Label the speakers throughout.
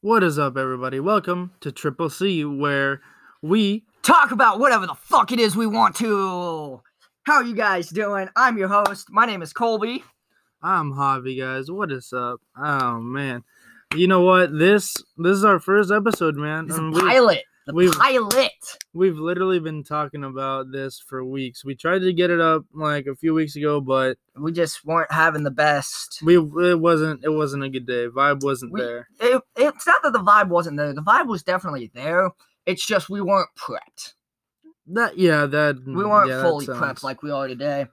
Speaker 1: What is up, everybody? Welcome to Triple C, where we
Speaker 2: talk about whatever the fuck it is we want to. How you guys doing? I'm your host. My name is Colby.
Speaker 1: I'm Javi, guys. What is up? Oh man, you know what? This this is our first episode, man.
Speaker 2: This is
Speaker 1: and
Speaker 2: a pilot. The
Speaker 1: Mm, we-
Speaker 2: pilot.
Speaker 1: we've literally been talking about this for weeks. We tried to get it up like a few weeks ago, but
Speaker 2: We just weren't having the best.
Speaker 1: we it wasn't it wasn't a good day. Vibe wasn't
Speaker 2: We-
Speaker 1: there.
Speaker 2: It, it's not that the vibe wasn't there. The vibe was definitely there. It's just we weren't prepped.
Speaker 1: That yeah, that
Speaker 2: We weren't
Speaker 1: Mm, yeah, that
Speaker 2: fully
Speaker 1: sounds-
Speaker 2: prepped like we are today.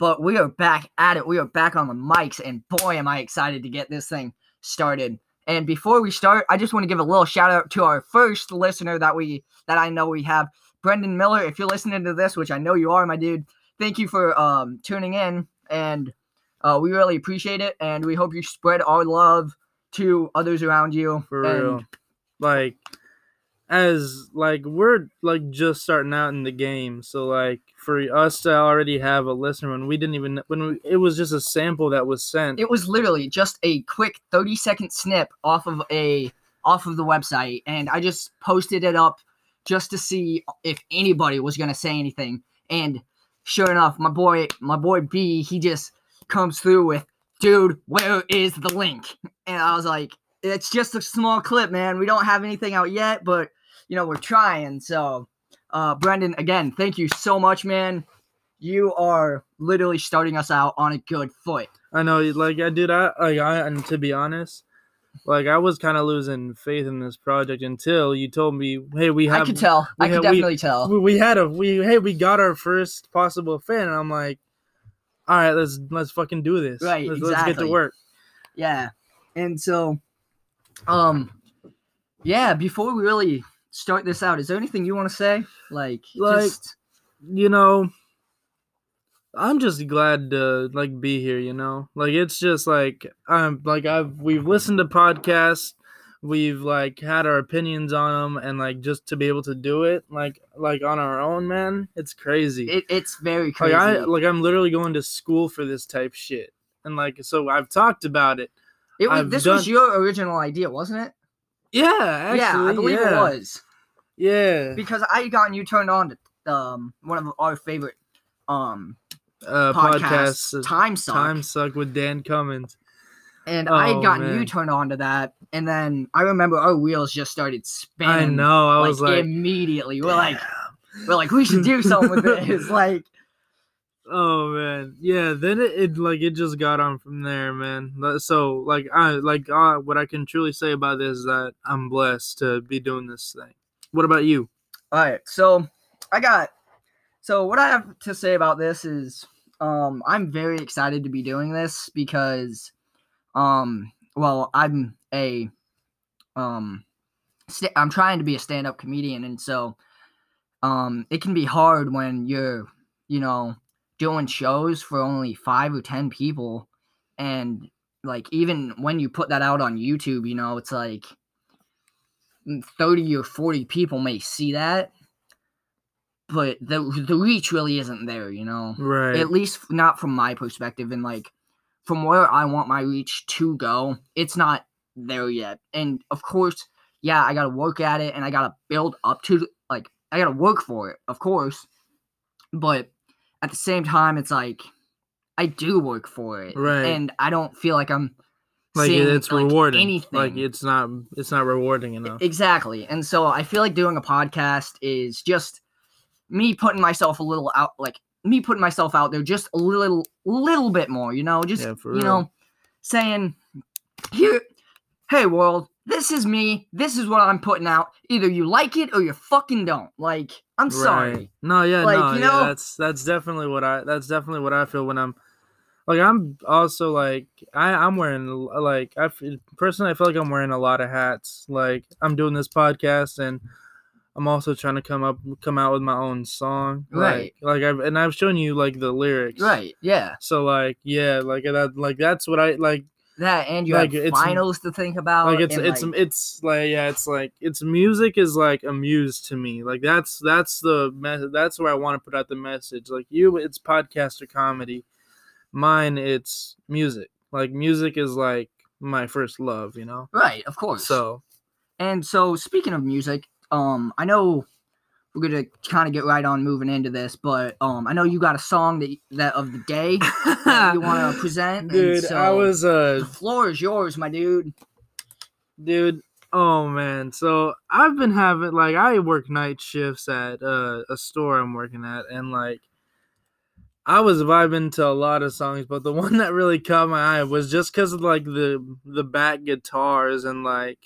Speaker 2: But we are back at it. We are back on the mics, and boy, am I excited to get this thing started. And before we start, I just want to give a little shout out to our first listener that we that I know we have, Brendan Miller. If you're listening to this, which I know you are, my dude, thank you for um, tuning in, and uh, we really appreciate it. And we hope you spread our love to others around you.
Speaker 1: for
Speaker 2: and
Speaker 1: real. Like as like we're like just starting out in the game, so like for us to already have a listener when we didn't even when we, it was just a sample that was sent.
Speaker 2: it was literally just a quick 30 second snip off of a off of the website and i just posted it up just to see if anybody was going to say anything and sure enough my boy my boy b he just comes through with dude where is the link and i was like it's just a small clip man we don't have anything out yet but you know we're trying so uh brendan again thank you so much man you are literally starting us out on a good foot
Speaker 1: I know, like I did. I like I and to be honest, like I was kind of losing faith in this project until you told me, hey, we have
Speaker 2: I could tell.
Speaker 1: we
Speaker 2: I could
Speaker 1: have- we-
Speaker 2: definitely tell.
Speaker 1: we, we had a we hey we got our first possible fan, and I'm like, all right, let's let's fucking do this.
Speaker 2: Right,
Speaker 1: let's, let's get to
Speaker 2: exactly.
Speaker 1: work.
Speaker 2: Yeah. And so, um, yeah. Before we really start this out, is there anything you want to say? Like,
Speaker 1: Like-
Speaker 2: just,
Speaker 1: you know i'm just glad to like be here you know like it's just like i'm like i've we've listened to podcasts we've like had our opinions on them and like just to be able to do it like like on our own man it's crazy
Speaker 2: it, it's very
Speaker 1: like
Speaker 2: crazy.
Speaker 1: i like i'm literally going to school for this type shit and like so i've talked about it
Speaker 2: it was,
Speaker 1: I've
Speaker 2: this was
Speaker 1: done-
Speaker 2: your original idea, wasn't it?
Speaker 1: yeah actually,
Speaker 2: yeah, I believe
Speaker 1: yeah.
Speaker 2: it was
Speaker 1: yeah
Speaker 2: because I had gotten you turned on to um one of our favorite um
Speaker 1: uh
Speaker 2: podcasts,
Speaker 1: podcasts uh,
Speaker 2: Time Suck.
Speaker 1: time suck with dan cummins
Speaker 2: and I
Speaker 1: Oh,
Speaker 2: had gotten
Speaker 1: man.
Speaker 2: you turned on to that, and then I remember our wheels just started spinning.
Speaker 1: i know i was like
Speaker 2: immediately. We're like, we're like, we should do something with this. Like,
Speaker 1: Oh man, yeah. Then it, it like it just got on from there, man. Li- So like I like uh, what I can truly say about this is that I'm blessed to be doing this thing. What about you?
Speaker 2: all right. So I got. So what I have to say about this is, um, I'm very excited to be doing this because, um, well, I'm a, um, st- I'm trying to be a stand-up comedian, and so, um, it can be hard when you're, you know, doing shows for only five or ten people, and like even when you put that out on YouTube, you know, it's like. 30 or 40 people may see that but the the reach really isn't there you know
Speaker 1: Right.
Speaker 2: at least f- not from my perspective and like from where i want my reach to go it's not there yet and of course yeah i gotta work at it and i gotta build up to like i gotta work for it of course but at the same time it's like i do work for it
Speaker 1: Right.
Speaker 2: and i don't feel like i'm
Speaker 1: like
Speaker 2: seeing,
Speaker 1: it's rewarding.
Speaker 2: anything.
Speaker 1: Like it's not it's not rewarding enough.
Speaker 2: Exactly. And so I feel like doing a podcast is just me putting myself a little out like me putting myself out there just a little little bit more, you know, just
Speaker 1: Yeah, for
Speaker 2: you know, saying here hey world, this is me. This is what I'm putting out. Either you like it or you fucking don't. Like, I'm sorry.
Speaker 1: No, yeah,
Speaker 2: Like,
Speaker 1: no,
Speaker 2: you
Speaker 1: yeah,
Speaker 2: know-
Speaker 1: that's that's definitely what I that's definitely what I feel when I'm like I'm also like I I'm wearing like I f- personally I feel like I'm wearing a lot of hats. Like I'm doing this podcast and I'm also trying to come up come out with my own song.
Speaker 2: Right.
Speaker 1: Like, like I've and I've shown you like the lyrics.
Speaker 2: Right, yeah.
Speaker 1: So like yeah, like that like that's what I like
Speaker 2: That and you
Speaker 1: Like,
Speaker 2: have
Speaker 1: it's-
Speaker 2: finals to think about.
Speaker 1: like it's
Speaker 2: and,
Speaker 1: it's
Speaker 2: like,
Speaker 1: it's like yeah it's like it's music is like a muse to me like that's that's the method that's where i want to put out the message like you it's podcast or comedy mine it's music like music is like my first love you know
Speaker 2: right, of course.
Speaker 1: so
Speaker 2: And so, speaking of music, um, I know we're gonna kind of get right on moving into this, but um, I know you got a song that that of the day that you want to present. and
Speaker 1: dude, I
Speaker 2: so
Speaker 1: was uh
Speaker 2: The floor is yours, my dude.
Speaker 1: dude oh man so i've been having like i work night shifts at uh, a store i'm working at and like i was vibing to a lot of songs but the one that really caught my eye was just because of like the the back guitars and like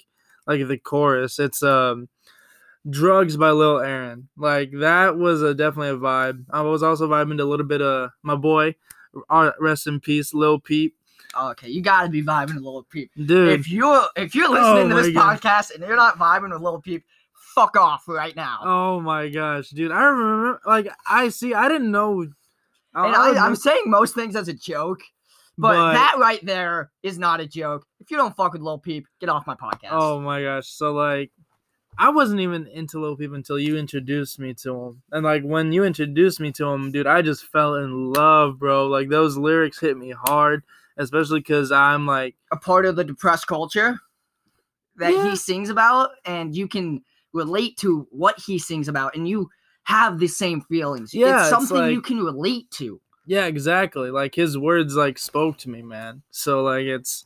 Speaker 1: like the chorus it's um drugs by lil aaron like that was a definitely a vibe i was also vibing to a little bit of my boy r- rest in peace lil peep
Speaker 2: Okay, you gotta be vibing with Little Peep.
Speaker 1: dude
Speaker 2: If you're if you're
Speaker 1: Oh
Speaker 2: listening to
Speaker 1: my
Speaker 2: this
Speaker 1: God.
Speaker 2: podcast and you're not vibing with Little Peep, fuck off right now.
Speaker 1: Oh my gosh, dude! I remember, like, I see. I didn't know. I,
Speaker 2: And
Speaker 1: I
Speaker 2: I, I'm
Speaker 1: remember-
Speaker 2: saying most things as a joke, but, that right there is not a joke. If you don't fuck with Lil Peep, get off my podcast.
Speaker 1: Oh my gosh! So like, I wasn't even into Lil Peep until you introduced me to him, and like when you introduced me to him, dude, I just fell in love, bro. Like those lyrics hit me hard, especially because I'm like,
Speaker 2: A part of the depressed culture that
Speaker 1: Yeah.
Speaker 2: he sings about, and you can relate to what he sings about, and you have the same feelings.
Speaker 1: Yeah,
Speaker 2: it's
Speaker 1: it's
Speaker 2: something you
Speaker 1: like-
Speaker 2: can relate to.
Speaker 1: yeah, exactly. Like his words like spoke to me, man. So like it's.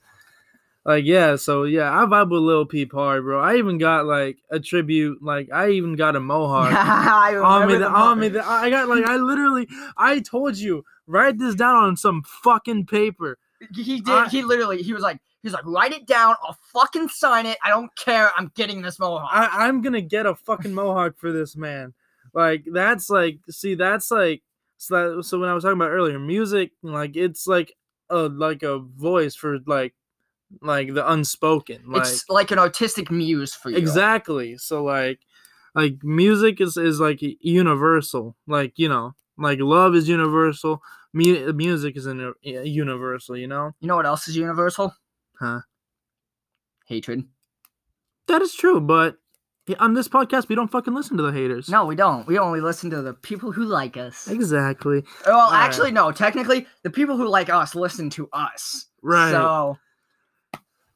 Speaker 1: Like yeah, so yeah, I vibe with Lil Peep hard, bro. I even got like a tribute, like I even got a mohawk
Speaker 2: I
Speaker 1: on me,
Speaker 2: remember
Speaker 1: the,
Speaker 2: the
Speaker 1: on me,
Speaker 2: moment.
Speaker 1: the, I got like I literally, I told you, write this down on some fucking paper.
Speaker 2: He did.
Speaker 1: I-
Speaker 2: he literally. He was like. He was like, write it down. I'll fucking sign it. I don't care. I'm getting this mohawk.
Speaker 1: I, I'm gonna get a fucking mohawk for this man. Like that's like, see, that's like, so, that, so when I was talking about earlier, music, like it's like a like a voice for like, like the unspoken. Like
Speaker 2: it's like an artistic muse for you.
Speaker 1: exactly. So like, like music is is like universal. Like you know, like love is universal. Mu- music is in universal. You know.
Speaker 2: You know what else is universal?
Speaker 1: Huh?
Speaker 2: Hatred.
Speaker 1: That is true, but on this podcast, we don't fucking listen to the haters.
Speaker 2: No, we don't. We only listen to the people who like us.
Speaker 1: Exactly.
Speaker 2: Well,
Speaker 1: Alright.
Speaker 2: actually, no. Technically, the people who like us listen to us.
Speaker 1: Right.
Speaker 2: So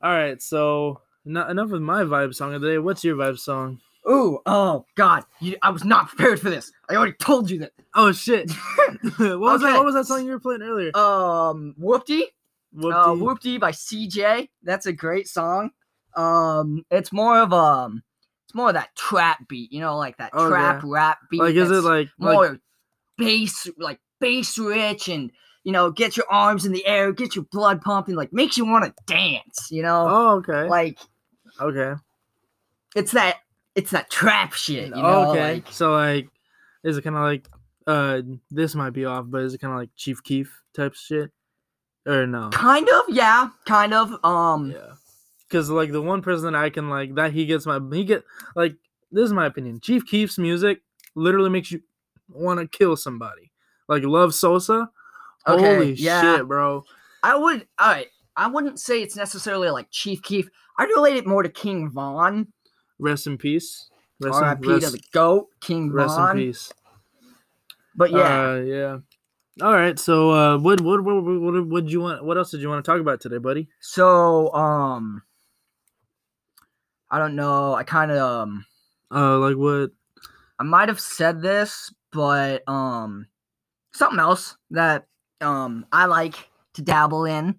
Speaker 1: All right. So, no- enough of my vibe song of the day. What's your vibe song?
Speaker 2: Ooh, oh God! You, I was not prepared for this. I already told you that.
Speaker 1: Oh, shit. what, was that,
Speaker 2: Okay.
Speaker 1: what was that song you were playing earlier?
Speaker 2: Um, Whoopty,
Speaker 1: Whoopty.
Speaker 2: uh, Whoopty by CJ. That's a great song. Um, it's more of um, it's more of that trap beat. You know, like that
Speaker 1: Okay.
Speaker 2: trap rap beat.
Speaker 1: Oh, like, is it
Speaker 2: that's-
Speaker 1: like. like-
Speaker 2: more bass like bass rich and you know get your arms in the air get your blood pumping like makes you want to dance you know
Speaker 1: oh, okay.
Speaker 2: like
Speaker 1: okay.
Speaker 2: it's that it's that trap shit you know
Speaker 1: okay.
Speaker 2: like
Speaker 1: so, like, is it kind of like. Uh, this might be off, but is it kind of like Chief Keef type shit? Or no?
Speaker 2: kind of yeah kind of um
Speaker 1: Yeah. Cause like the one person that I can like that he gets my he get like this is my opinion. Chief Keef's music literally makes you want to kill somebody. Like love Sosa.
Speaker 2: Okay,
Speaker 1: Holy
Speaker 2: yeah.
Speaker 1: shit, bro.
Speaker 2: i would all right i wouldn't say it's necessarily like chief keef i'd relate it more to king vaughn
Speaker 1: Rest in peace. Rest
Speaker 2: rip
Speaker 1: in, rest,
Speaker 2: to the goat king
Speaker 1: rest in
Speaker 2: vaughn
Speaker 1: peace.
Speaker 2: but yeah
Speaker 1: Uh, yeah. All right. So uh what what what what what would you want what else did you want to talk about today, buddy?
Speaker 2: so um i don't know i kind of um
Speaker 1: Uh like what
Speaker 2: I might have said this, but um something else that um I like to dabble in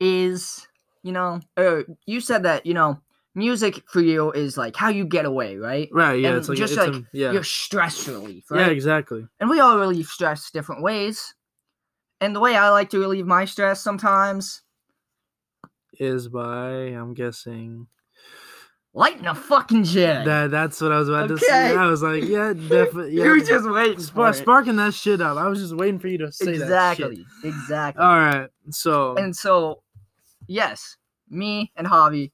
Speaker 2: is you know, uh, you said that, you know, music for you is like how you get away, right?
Speaker 1: Right, yeah,
Speaker 2: And
Speaker 1: it's like
Speaker 2: just
Speaker 1: it's
Speaker 2: like
Speaker 1: a- yeah.
Speaker 2: Your stress relief,
Speaker 1: Yeah,
Speaker 2: right?
Speaker 1: exactly.
Speaker 2: and we all relieve stress different ways. And the way I like to relieve my stress sometimes,
Speaker 1: Is by I'm guessing
Speaker 2: lighten a fucking jig.
Speaker 1: That that's what I was about to say.
Speaker 2: Okay.
Speaker 1: I was like, yeah, definitely. Yeah,
Speaker 2: you were just waiting
Speaker 1: Sp-
Speaker 2: for it.
Speaker 1: sparking that shit up. I was just waiting for you to say that.
Speaker 2: exactly,
Speaker 1: shit. Um,
Speaker 2: exactly.
Speaker 1: All right. So
Speaker 2: And so, yes, me and Javi,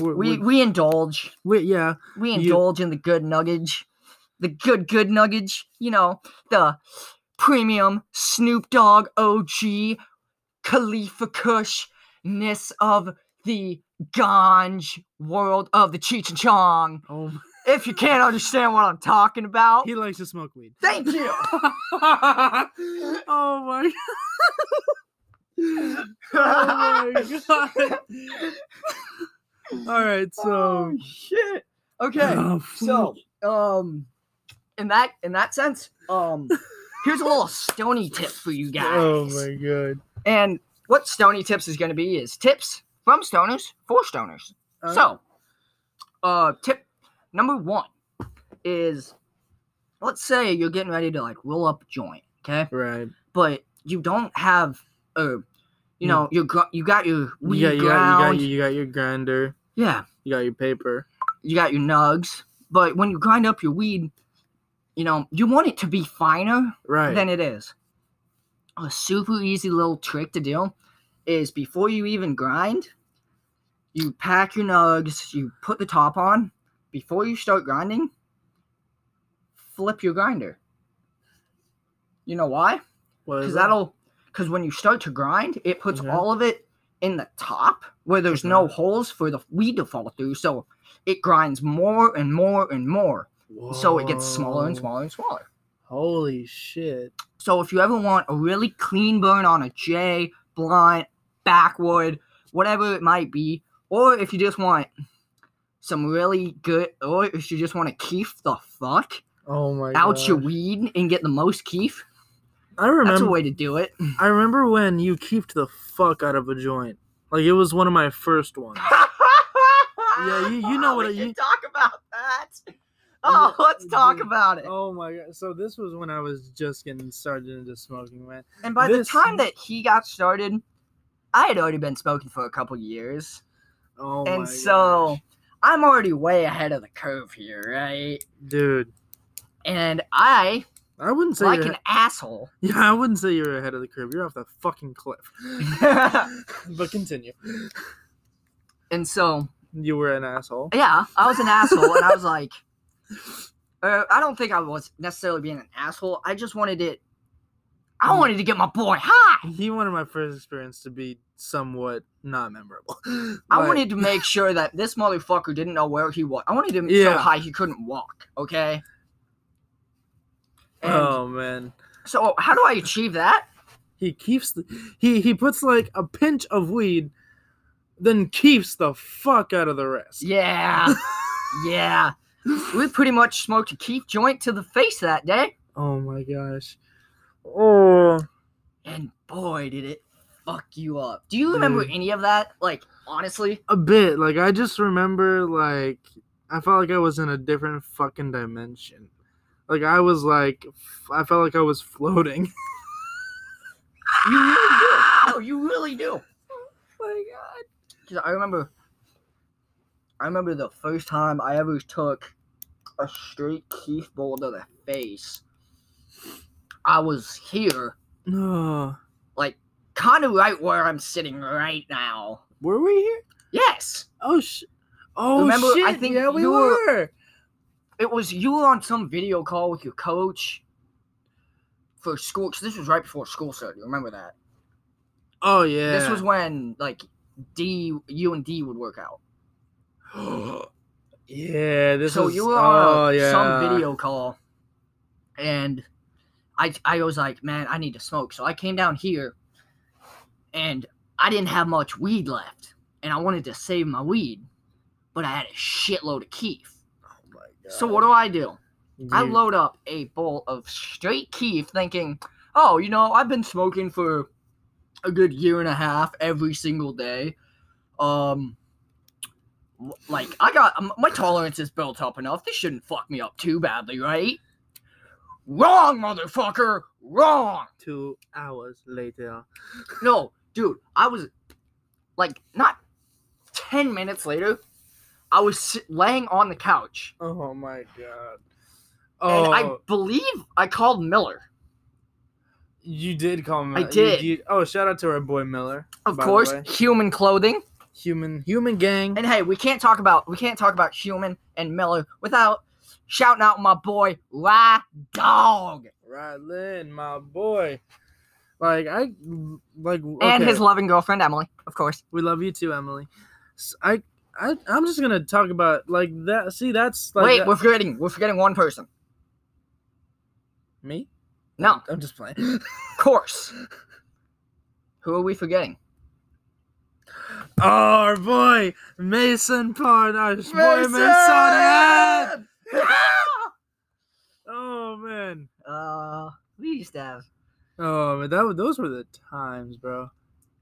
Speaker 1: we're,
Speaker 2: we
Speaker 1: we
Speaker 2: we indulge.
Speaker 1: yeah
Speaker 2: We
Speaker 1: You-
Speaker 2: indulge in the good nuggage, the good good nuggage. You know the premium Snoop Dogg OG Khalifa Kush ness of the ganj world of the Cheech and Chong.
Speaker 1: oh my-
Speaker 2: If you can't understand what I'm talking about,
Speaker 1: he likes to smoke weed
Speaker 2: thank you.
Speaker 1: oh my oh my god All right, so
Speaker 2: Oh, shit. Okay.
Speaker 1: Oh,
Speaker 2: So, um, in that in that sense, um, here's a little stony tip for you guys.
Speaker 1: oh my god.
Speaker 2: And what stony tips is going to be is tips from stoners for stoners.
Speaker 1: Uh,
Speaker 2: So, uh, tip number one is, let's say you're getting ready to like roll up a joint, okay?
Speaker 1: right.
Speaker 2: But you don't have a,
Speaker 1: Hmm.
Speaker 2: you know, your gr- you got your weed
Speaker 1: You got, you, got, you,
Speaker 2: ground,
Speaker 1: got, you got your grinder.
Speaker 2: yeah,
Speaker 1: You got your paper.
Speaker 2: you got your nugs. But when you grind up your weed, you know, you want it to be finer
Speaker 1: Right.
Speaker 2: than it is. A super easy little trick to do is before you even grind, you pack your nugs, you put the top on. Before you start grinding, flip your grinder. You know why?
Speaker 1: What is
Speaker 2: Because
Speaker 1: it?
Speaker 2: that'll because when you start to grind, it puts
Speaker 1: Okay.
Speaker 2: all of it in the top where there's no
Speaker 1: Mm-hmm.
Speaker 2: holes for the weed to fall through. So it grinds more and more and more. So it gets smaller and
Speaker 1: Whoa.
Speaker 2: smaller and smaller.
Speaker 1: Holy shit.
Speaker 2: So if you ever want a really clean burn on a J, blunt, backwood, whatever it might be, or if you just want some really good, or if you just want to keef the fuck
Speaker 1: Oh my
Speaker 2: out
Speaker 1: god.
Speaker 2: your weed and get the most keef,
Speaker 1: I
Speaker 2: that's a
Speaker 1: remember
Speaker 2: way to do it.
Speaker 1: I remember when you keeped the fuck out of a joint. Like it was one of my first ones.
Speaker 2: yeah,
Speaker 1: you- you know what I-
Speaker 2: we
Speaker 1: you-
Speaker 2: can talk about that. Oh, let's talk
Speaker 1: dude.
Speaker 2: about it.
Speaker 1: Oh my god. So this was when I was just getting started into smoking, man.
Speaker 2: And by
Speaker 1: this-
Speaker 2: the time that he got started, I had already been smoking for a couple years.
Speaker 1: Oh my
Speaker 2: and so
Speaker 1: gosh.
Speaker 2: I'm already way ahead of the curve here, right?
Speaker 1: dude,
Speaker 2: And I,
Speaker 1: I wouldn't say
Speaker 2: like
Speaker 1: you're
Speaker 2: an asshole,
Speaker 1: Yeah, I wouldn't say you're ahead of the curve. You're off the fucking cliff. but continue.
Speaker 2: and so
Speaker 1: You were an asshole.
Speaker 2: yeah, I was an asshole, and I was like, uh, I don't think I was necessarily being an asshole. I just wanted it. I
Speaker 1: Mm.
Speaker 2: wanted to get my boy high.
Speaker 1: He wanted my first experience to be somewhat not memorable.
Speaker 2: I
Speaker 1: Like,
Speaker 2: wanted to make sure that this motherfucker didn't know where he was. I wanted him
Speaker 1: Yeah.
Speaker 2: so high he couldn't walk. Okay. And
Speaker 1: Oh man.
Speaker 2: so how do I achieve that?
Speaker 1: He keeps the, he he puts like a pinch of weed, then keeps the fuck out of the rest.
Speaker 2: Yeah. yeah. We pretty much smoked a Keith joint to the face that day.
Speaker 1: Oh my gosh. Oh
Speaker 2: And boy, did it fuck you up. Do you remember
Speaker 1: Dude. any
Speaker 2: any of that? Like, honestly?
Speaker 1: a bit. Like I just remember like I felt like I was in a different fucking dimension. Like I was like f- I felt like I was floating.
Speaker 2: You really do. No, you really do.
Speaker 1: Oh my god.
Speaker 2: 'Cause I remember. I remember the first time I ever took a straight Keith bowl to the face. I was here,
Speaker 1: No.
Speaker 2: like, kind of right where I'm sitting right now.
Speaker 1: Were we here?
Speaker 2: Yes!
Speaker 1: Oh sh- Oh
Speaker 2: Remember,
Speaker 1: shit.
Speaker 2: I think
Speaker 1: yeah, we
Speaker 2: you
Speaker 1: were.
Speaker 2: were- it was you were on some video call with your coach for school because this was right before school started. You remember that?
Speaker 1: Oh yeah.
Speaker 2: This was when like D, you and D would work out.
Speaker 1: yeah, this
Speaker 2: so
Speaker 1: was
Speaker 2: you were
Speaker 1: oh,
Speaker 2: on a-
Speaker 1: yeah.
Speaker 2: some video call, and I I was like, man, I need to smoke. So I came down here, and I didn't have much weed left, and I wanted to save my weed, but I had a shitload of keef.
Speaker 1: Oh my god.
Speaker 2: So what do I do? I
Speaker 1: You-
Speaker 2: load up a bowl of straight keef thinking, oh, you know, I've been smoking for a good year and a half every single day. Um, w- like, I got m- my tolerance is built up enough. This shouldn't fuck me up too badly, right? Wrong, motherfucker! Wrong!
Speaker 1: two hours later.
Speaker 2: No, dude, I was like, not 10 minutes later, I was sit- laying on the couch.
Speaker 1: Oh my god.
Speaker 2: And
Speaker 1: Oh,
Speaker 2: I believe I called Miller.
Speaker 1: you did call him.
Speaker 2: I
Speaker 1: out. You-
Speaker 2: did.
Speaker 1: you- oh, shout out to our boy Miller.
Speaker 2: Of
Speaker 1: by the
Speaker 2: course,
Speaker 1: way.
Speaker 2: human clothing.
Speaker 1: Human human gang.
Speaker 2: And hey, we can't talk about we can't talk about human and Miller without shouting out my boy Ra Dog
Speaker 1: Right, Lynn, my boy. Like I like
Speaker 2: and
Speaker 1: okay.
Speaker 2: his loving girlfriend Emily, of course.
Speaker 1: We love you too, Emily. S I I I I'm just gonna talk about like that. See, that's like
Speaker 2: Wait,
Speaker 1: that-
Speaker 2: we're forgetting we're forgetting one person.
Speaker 1: me.
Speaker 2: No,
Speaker 1: I'm just playing.
Speaker 2: of course. Who are we forgetting?
Speaker 1: Oh, our boy Mason Pond, our boy Mason. Ed! Oh man.
Speaker 2: Ah! uh, we used to have.
Speaker 1: Oh man, that wa- those were the times, bro.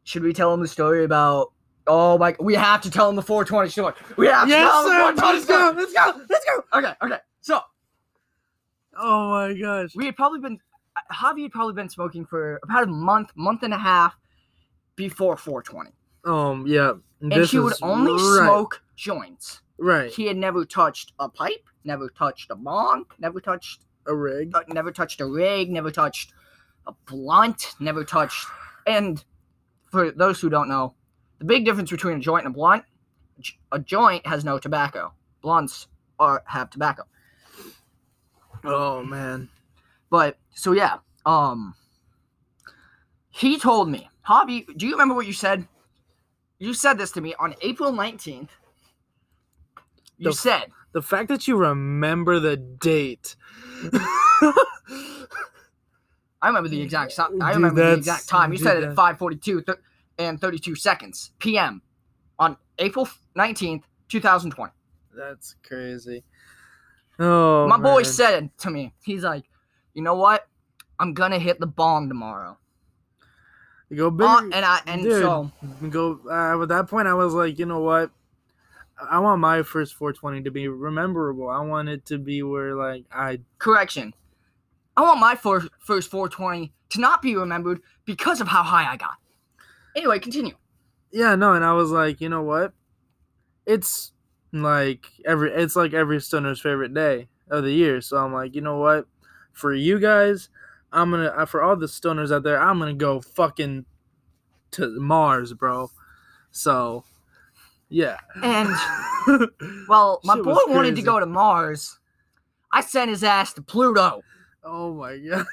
Speaker 2: Should we tell him the story about? Oh my! We have to tell him the 420 story. We have to
Speaker 1: Yes,
Speaker 2: tell him
Speaker 1: sir.
Speaker 2: the 420
Speaker 1: Let's go.
Speaker 2: story. Let's go. Let's go. Okay. Okay. So
Speaker 1: Oh my gosh.
Speaker 2: we had probably been Javi had probably been smoking for about a month, month and a half before 420,
Speaker 1: Um, yeah.
Speaker 2: and
Speaker 1: this
Speaker 2: he would
Speaker 1: is
Speaker 2: only
Speaker 1: right,
Speaker 2: smoke joints.
Speaker 1: Right,
Speaker 2: He had never touched a pipe, never touched a bong, never touched
Speaker 1: a rig.
Speaker 2: uh, never touched a rig, never touched a blunt, never touched. And for those who don't know, the big difference between a joint and a blunt, j- a joint has no tobacco. Blunts are have tobacco.
Speaker 1: Oh man.
Speaker 2: But so yeah, um, he told me, Hobby, do you remember what you said? You said this to me on April nineteenth. You
Speaker 1: The-
Speaker 2: said
Speaker 1: The fact that you remember the date.
Speaker 2: I remember the exact time. I
Speaker 1: Dude,
Speaker 2: remember the
Speaker 1: that's-
Speaker 2: exact time. You
Speaker 1: dude,
Speaker 2: said it at
Speaker 1: that-
Speaker 2: 5:42 th- and 32 seconds p.m. on April 19th, 2020.
Speaker 1: That's crazy. Oh
Speaker 2: My boy
Speaker 1: man.
Speaker 2: said to me, he's like, "You know what? I'm gonna hit the bong tomorrow."
Speaker 1: go big.
Speaker 2: Uh, and I and
Speaker 1: dude.
Speaker 2: so
Speaker 1: go uh, at that point i was like you know what i I want my first 420 to be rememberable i want it to be where like i
Speaker 2: correction. I want my first first 420 to not be remembered because of how high I got. Anyway, continue.
Speaker 1: yeah no and i was like you know what it's like every it's like every stoner's favorite day of the year so i'm like you know what for you guys i'm gonna uh, for all the stoners out there i'm gonna go fucking to mars bro so yeah
Speaker 2: And well, my
Speaker 1: Shit
Speaker 2: boy
Speaker 1: was
Speaker 2: wanted to
Speaker 1: crazy.
Speaker 2: go to Mars. I sent his ass to Pluto.
Speaker 1: Oh my god.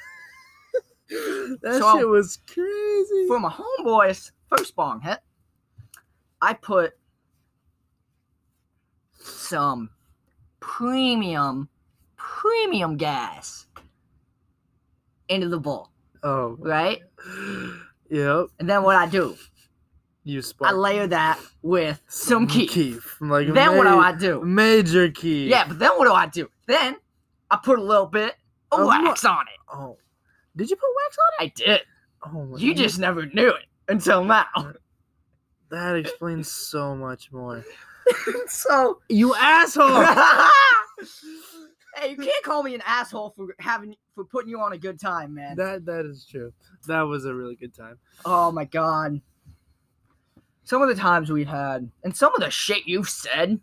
Speaker 1: that
Speaker 2: So,
Speaker 1: shit was crazy.
Speaker 2: for my homeboy's first bong hit, I put some premium, premium gas into the bowl,
Speaker 1: oh.
Speaker 2: right?
Speaker 1: Yep.
Speaker 2: And then what I do,
Speaker 1: You
Speaker 2: I
Speaker 1: sparked
Speaker 2: layer that with some key.
Speaker 1: Like
Speaker 2: Then what do
Speaker 1: ma-
Speaker 2: I do?
Speaker 1: Major key.
Speaker 2: Yeah, but then what do I do? Then I put a little bit of
Speaker 1: Of what?
Speaker 2: wax on it.
Speaker 1: Oh. Did you put wax on
Speaker 2: I did.
Speaker 1: it? Oh my
Speaker 2: You
Speaker 1: god.
Speaker 2: just never knew it until now.
Speaker 1: That explains so much more.
Speaker 2: so
Speaker 1: You asshole!
Speaker 2: hey, you can't call me an asshole for having for putting you on a good time, man.
Speaker 1: that that is true. That was a really good time.
Speaker 2: oh my god. Some of the times we've had, and some of the shit you've said.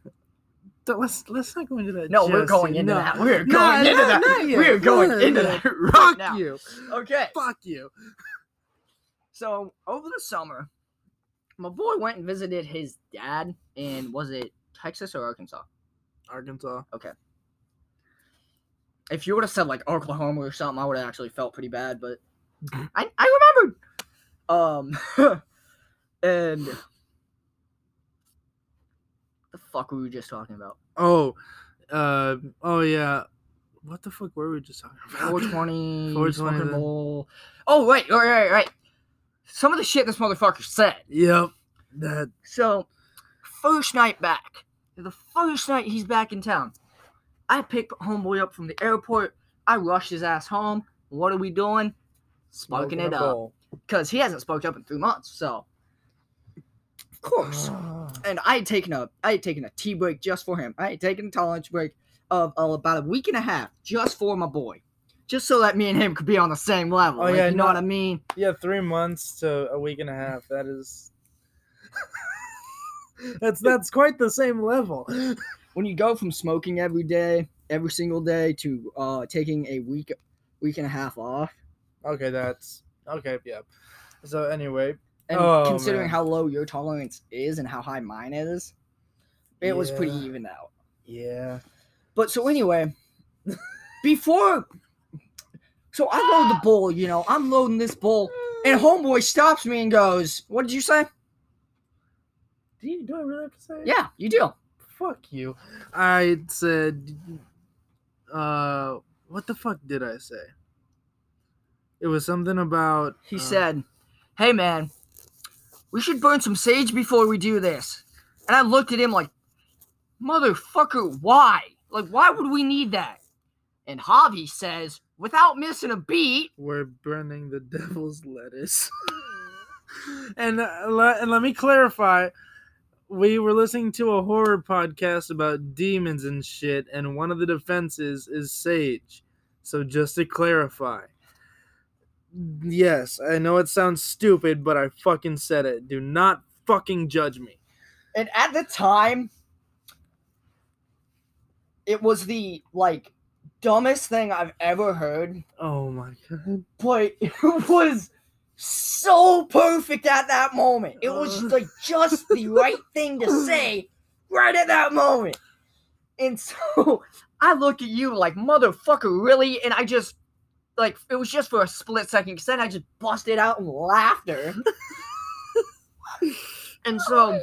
Speaker 1: Don't- let's let's not go into that.
Speaker 2: No, we're
Speaker 1: just
Speaker 2: going
Speaker 1: yet.
Speaker 2: into
Speaker 1: No.
Speaker 2: that. We're going
Speaker 1: No,
Speaker 2: into
Speaker 1: no,
Speaker 2: that.
Speaker 1: not yet.
Speaker 2: We're going
Speaker 1: No,
Speaker 2: into
Speaker 1: no.
Speaker 2: that right
Speaker 1: Fuck
Speaker 2: now.
Speaker 1: you.
Speaker 2: Okay.
Speaker 1: Fuck you.
Speaker 2: So over the summer, my boy went and visited his dad in was it Texas or Arkansas?
Speaker 1: Arkansas.
Speaker 2: If you would have said like Oklahoma or something, I would have actually felt pretty bad, but I, I remembered. Um, and the fuck were we just talking about?
Speaker 1: Oh, uh, oh yeah. What the fuck were we just talking about?
Speaker 2: 420,
Speaker 1: 420
Speaker 2: smoking
Speaker 1: then.
Speaker 2: bowl. Oh, right, right, right, right. Some of the shit this motherfucker said.
Speaker 1: Yep. That.
Speaker 2: So, first night back, the first night he's back in town, I pick homeboy up from the airport. I rush his ass home. What are we doing? Smoking, it
Speaker 1: a
Speaker 2: up.
Speaker 1: bowl.
Speaker 2: because he hasn't spoke up in three months. So, of course.
Speaker 1: Oh,
Speaker 2: And I had taken a I had taken a tea break just for him. I had taken a lunch break of uh, about a week and a half just for my boy, just so that me and him could be on the same level.
Speaker 1: Oh,
Speaker 2: like,
Speaker 1: yeah,
Speaker 2: you know
Speaker 1: no-
Speaker 2: what I mean?
Speaker 1: yeah, three months to a week and a half. That is. that's that's quite the same level.
Speaker 2: When you go from smoking every day, every single day, to uh, taking a week week and a half off,
Speaker 1: Okay, that's okay. Yeah. So anyway,
Speaker 2: and
Speaker 1: Oh,
Speaker 2: considering
Speaker 1: man.
Speaker 2: how low your tolerance is and how high mine is, it was pretty
Speaker 1: Yeah.
Speaker 2: even out.
Speaker 1: yeah.
Speaker 2: But so anyway, before, so I load the bowl. You know, I'm loading this bowl, and homeboy stops me and goes, "What did you say?"
Speaker 1: Do you do I really have to say? it?
Speaker 2: Yeah, you do.
Speaker 1: Fuck you. I said. Uh, what the fuck did I say? It was something about.
Speaker 2: He
Speaker 1: uh,
Speaker 2: said, "Hey man, we should burn some sage before we do this. And I looked at him like, motherfucker, why? Like, why would we need that? And Javi says, without missing a beat,
Speaker 1: We're burning the devil's lettuce. and, uh, le- and let me clarify we were listening to a horror podcast about demons and shit, and one of the defenses is sage. So just to clarify. Yes, I know it sounds stupid, but I fucking said it. Do not fucking judge me.
Speaker 2: And at the time, it was the like dumbest thing I've ever heard,
Speaker 1: Oh my god.
Speaker 2: but it was so perfect at that moment. It was
Speaker 1: Uh.
Speaker 2: like just the right thing to say right at that moment. And so I look at you like, motherfucker, really? And I just, like, it was just for a split second, because then I just busted out in laughter. and so,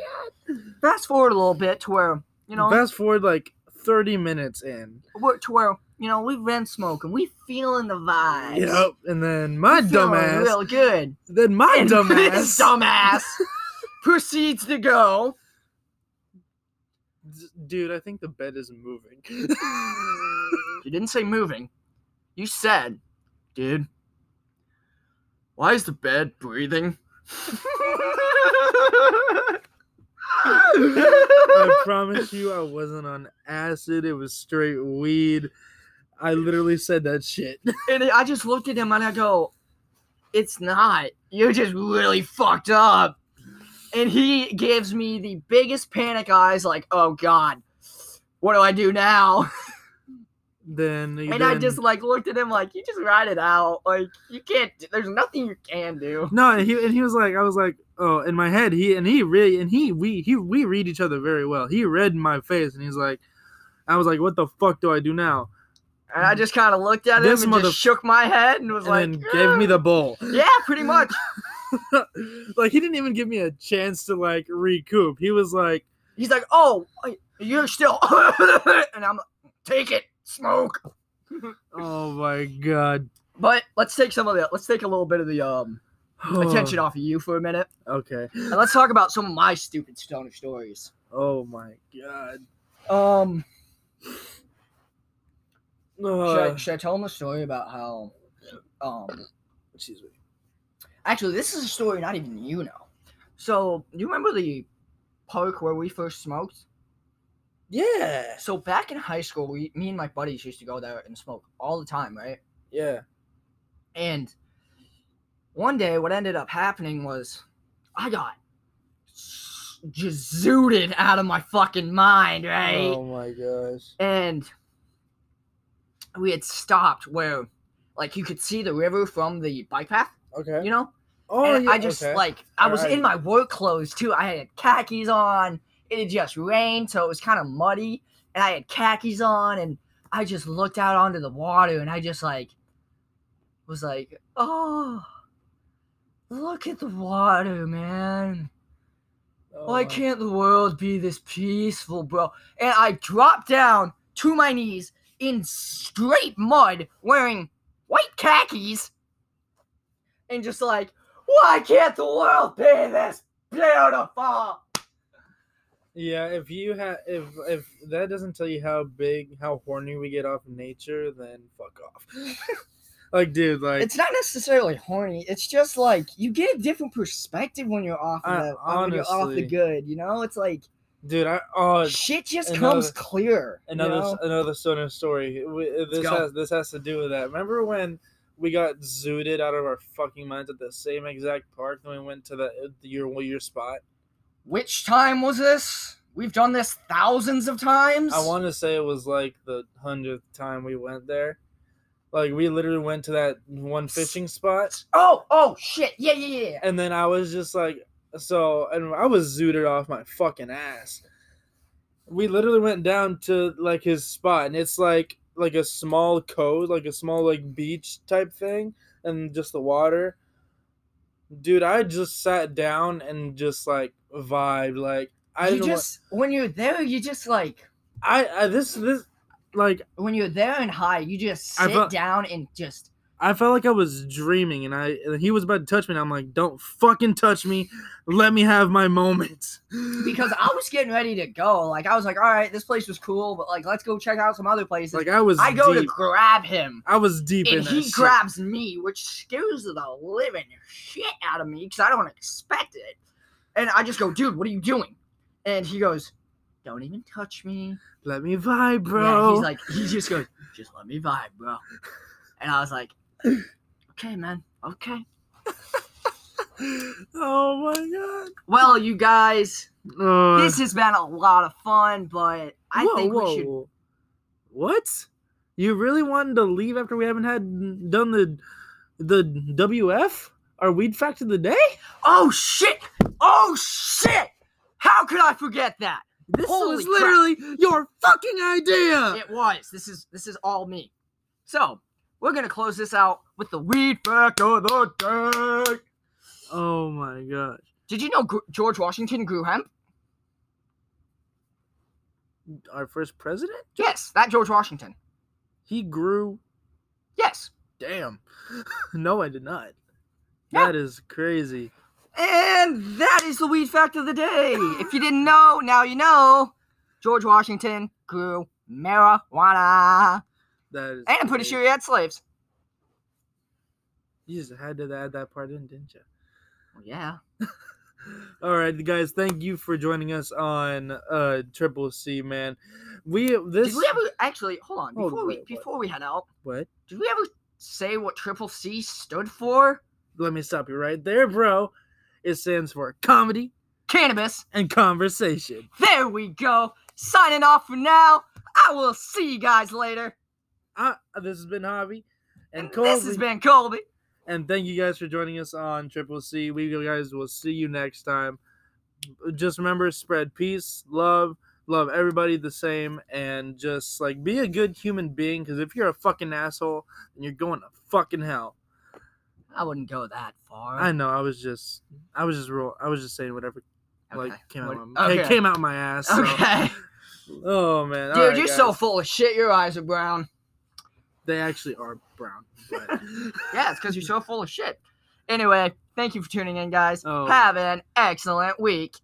Speaker 2: fast forward a little bit to where, you know,
Speaker 1: Oh Fast forward like 30 minutes in.
Speaker 2: we're, to where you know we've been smoking, we feeling the vibes.
Speaker 1: Yep. And then my
Speaker 2: We feeling
Speaker 1: dumbass.
Speaker 2: real good.
Speaker 1: Then my
Speaker 2: And
Speaker 1: dumbass.
Speaker 2: this dumbass proceeds to go.
Speaker 1: D- Dude, I think the bed is moving.
Speaker 2: You didn't say moving. You said, dude. Why is the bed breathing?
Speaker 1: I promise you, I wasn't on acid. It was straight weed. I literally said that shit.
Speaker 2: and I just looked at him and I go, "It's not. You're just really fucked up." And he gives me the biggest panic eyes, like, "Oh God, what do I do now?"
Speaker 1: Then you
Speaker 2: And I
Speaker 1: didn't-
Speaker 2: just like looked at him, like, "You just ride it out. Like, you can't. do- There's nothing you can do."
Speaker 1: no, and he and he was like, I was like, oh, in my head, he and he really and he we he we read each other very well. He read my face, and he's like, I was like, what the fuck do I do now?
Speaker 2: And I just kind of looked at him
Speaker 1: This
Speaker 2: and
Speaker 1: mother-
Speaker 2: just shook my head and was
Speaker 1: And
Speaker 2: like,
Speaker 1: then gave me the bowl.
Speaker 2: "Yeah, yeah, pretty much."
Speaker 1: like he didn't even give me a chance to like recoup. He was like,
Speaker 2: He's like, "Oh, you're still," and I'm, like, "Take it, smoke."
Speaker 1: oh my god,
Speaker 2: But let's take some of the let's take a little bit of the um attention off of you for a minute.
Speaker 1: Okay.
Speaker 2: And let's talk about some of my stupid stoner stories.
Speaker 1: Oh my god.
Speaker 2: Um should, I,
Speaker 1: Ugh.
Speaker 2: should I tell them a story about how um
Speaker 1: Excuse me.
Speaker 2: actually this is a story not even you know. So do you remember the park where we first smoked?
Speaker 1: Yeah.
Speaker 2: So back in high school we me and my buddies used to go there and smoke all the time, right?
Speaker 1: Yeah.
Speaker 2: And one day, what ended up happening was I got s- just zooted out of my fucking mind, right?
Speaker 1: Oh my gosh.
Speaker 2: And we had stopped where, like, you could see the river from the bike path,
Speaker 1: Okay.
Speaker 2: you know?
Speaker 1: Oh
Speaker 2: and
Speaker 1: yeah.
Speaker 2: I just,
Speaker 1: okay.
Speaker 2: like, I was
Speaker 1: Alright.
Speaker 2: in my work clothes too. I had khakis on. It had just rained, so it was kind of muddy. And I had khakis on, and I just looked out onto the water, and I just, like, was like, oh, look at the water, man.
Speaker 1: Oh
Speaker 2: Why
Speaker 1: my-
Speaker 2: can't the world be this peaceful, bro? And I dropped down to my knees in straight mud wearing white khakis and just like, why can't the world be this beautiful?
Speaker 1: Yeah. If you have, if if that doesn't tell you how big, how horny we get off nature, then fuck off. like, dude, like.
Speaker 2: It's not necessarily horny. It's just like you get a different perspective when you're off of
Speaker 1: I-
Speaker 2: the, when you're off the
Speaker 1: honestly-
Speaker 2: good, you know? It's like
Speaker 1: Dude, I oh,
Speaker 2: shit just
Speaker 1: another-
Speaker 2: comes clear. you
Speaker 1: another
Speaker 2: know?
Speaker 1: another stoner story. We- This
Speaker 2: go.
Speaker 1: has this has to do with that. Remember when we got zooted out of our fucking minds at the same exact park, and we went to the your your spot.
Speaker 2: Which time was this? We've done this thousands of times.
Speaker 1: I want to say it was like the hundredth time we went there. Like we literally went to that one fishing spot,
Speaker 2: Oh, oh shit. Yeah, yeah, yeah, yeah.
Speaker 1: and then I was just like, so, and I was zooted off my fucking ass. We literally went down to like his spot, and it's like like a small cove, like a small like beach type thing, and just the water. Dude, I just sat down and just like vibed. Like I
Speaker 2: you
Speaker 1: didn't wa-
Speaker 2: just when you're there, you just like
Speaker 1: I, I this this like
Speaker 2: when you're there and high, you just
Speaker 1: I
Speaker 2: sit
Speaker 1: felt-
Speaker 2: down and just
Speaker 1: I felt like I was dreaming, and I and he was about to touch me, and I'm like, "Don't fucking touch me! Let me have my moment."
Speaker 2: because I was getting ready to go. Like I was like, all right, this place was cool, but like let's go check out some other places.
Speaker 1: like I was,
Speaker 2: I go to
Speaker 1: deep.
Speaker 2: grab him,
Speaker 1: I was deep in
Speaker 2: and
Speaker 1: that
Speaker 2: he
Speaker 1: shit.
Speaker 2: grabs me, which scares the living shit out of me because I don't expect it. And I just go, dude, what are you doing? And he goes, don't even touch me.
Speaker 1: Let me vibe,
Speaker 2: Yeah,
Speaker 1: bro.
Speaker 2: he's like, he just goes, just let me vibe, bro. And I was like, okay, man, okay.
Speaker 1: oh my god.
Speaker 2: Well, you guys,
Speaker 1: Uh,
Speaker 2: this has been a lot of fun, but I
Speaker 1: whoa,
Speaker 2: think
Speaker 1: whoa.
Speaker 2: we should
Speaker 1: whoa. What? You really wanted to leave after we haven't had done the the WF? Our weed fact of the day?
Speaker 2: Oh shit! Oh shit! How could I forget that?
Speaker 1: This
Speaker 2: Holy
Speaker 1: was
Speaker 2: crap.
Speaker 1: literally your fucking idea.
Speaker 2: It was. This is this is all me. So we're gonna close this out with the weed fact of the day.
Speaker 1: Oh my gosh.
Speaker 2: Did you know Gr- George Washington grew hemp?
Speaker 1: Our first president?
Speaker 2: Yes, that George Washington.
Speaker 1: He grew
Speaker 2: Yes.
Speaker 1: damn. no, I did not.
Speaker 2: Yeah.
Speaker 1: That is crazy.
Speaker 2: And that is the weed fact of the day. If you didn't know, now you know. George Washington grew marijuana,
Speaker 1: That is
Speaker 2: and I'm pretty sure
Speaker 1: crazy.
Speaker 2: he had slaves.
Speaker 1: you just had to add that part in, didn't you?
Speaker 2: Well, yeah.
Speaker 1: All right, guys. Thank you for joining us on uh Triple C, man. We this
Speaker 2: Did we ever actually hold on
Speaker 1: Hold-
Speaker 2: before we
Speaker 1: wait, what?
Speaker 2: before we head out?
Speaker 1: what?
Speaker 2: Did we ever say what Triple C stood for?
Speaker 1: Let me stop you right there, bro. It stands for comedy
Speaker 2: Cannabis.
Speaker 1: and conversation.
Speaker 2: There we go. Signing off for now. I will see you guys later.
Speaker 1: I, this has been Javi and,
Speaker 2: And,
Speaker 1: and
Speaker 2: this has been Colby.
Speaker 1: and thank you guys for joining us on Triple C. We guys will see you next time. Just remember, spread peace, love, love everybody the same, and just like be a good human being. Because if you're a fucking asshole, then you're going to fucking hell.
Speaker 2: I wouldn't go that far.
Speaker 1: I know. I was just, I was just real. I was just saying whatever
Speaker 2: Okay.
Speaker 1: like came out.
Speaker 2: What-
Speaker 1: of my, it
Speaker 2: okay.
Speaker 1: came out my ass. so-
Speaker 2: Okay.
Speaker 1: Oh man,
Speaker 2: Dude, you're so full of shit. Your eyes are brown.
Speaker 1: They actually are brown. But...
Speaker 2: Yeah, it's because you're so full of shit. Anyway, thank you for tuning in, guys.
Speaker 1: Oh.
Speaker 2: Have an excellent week.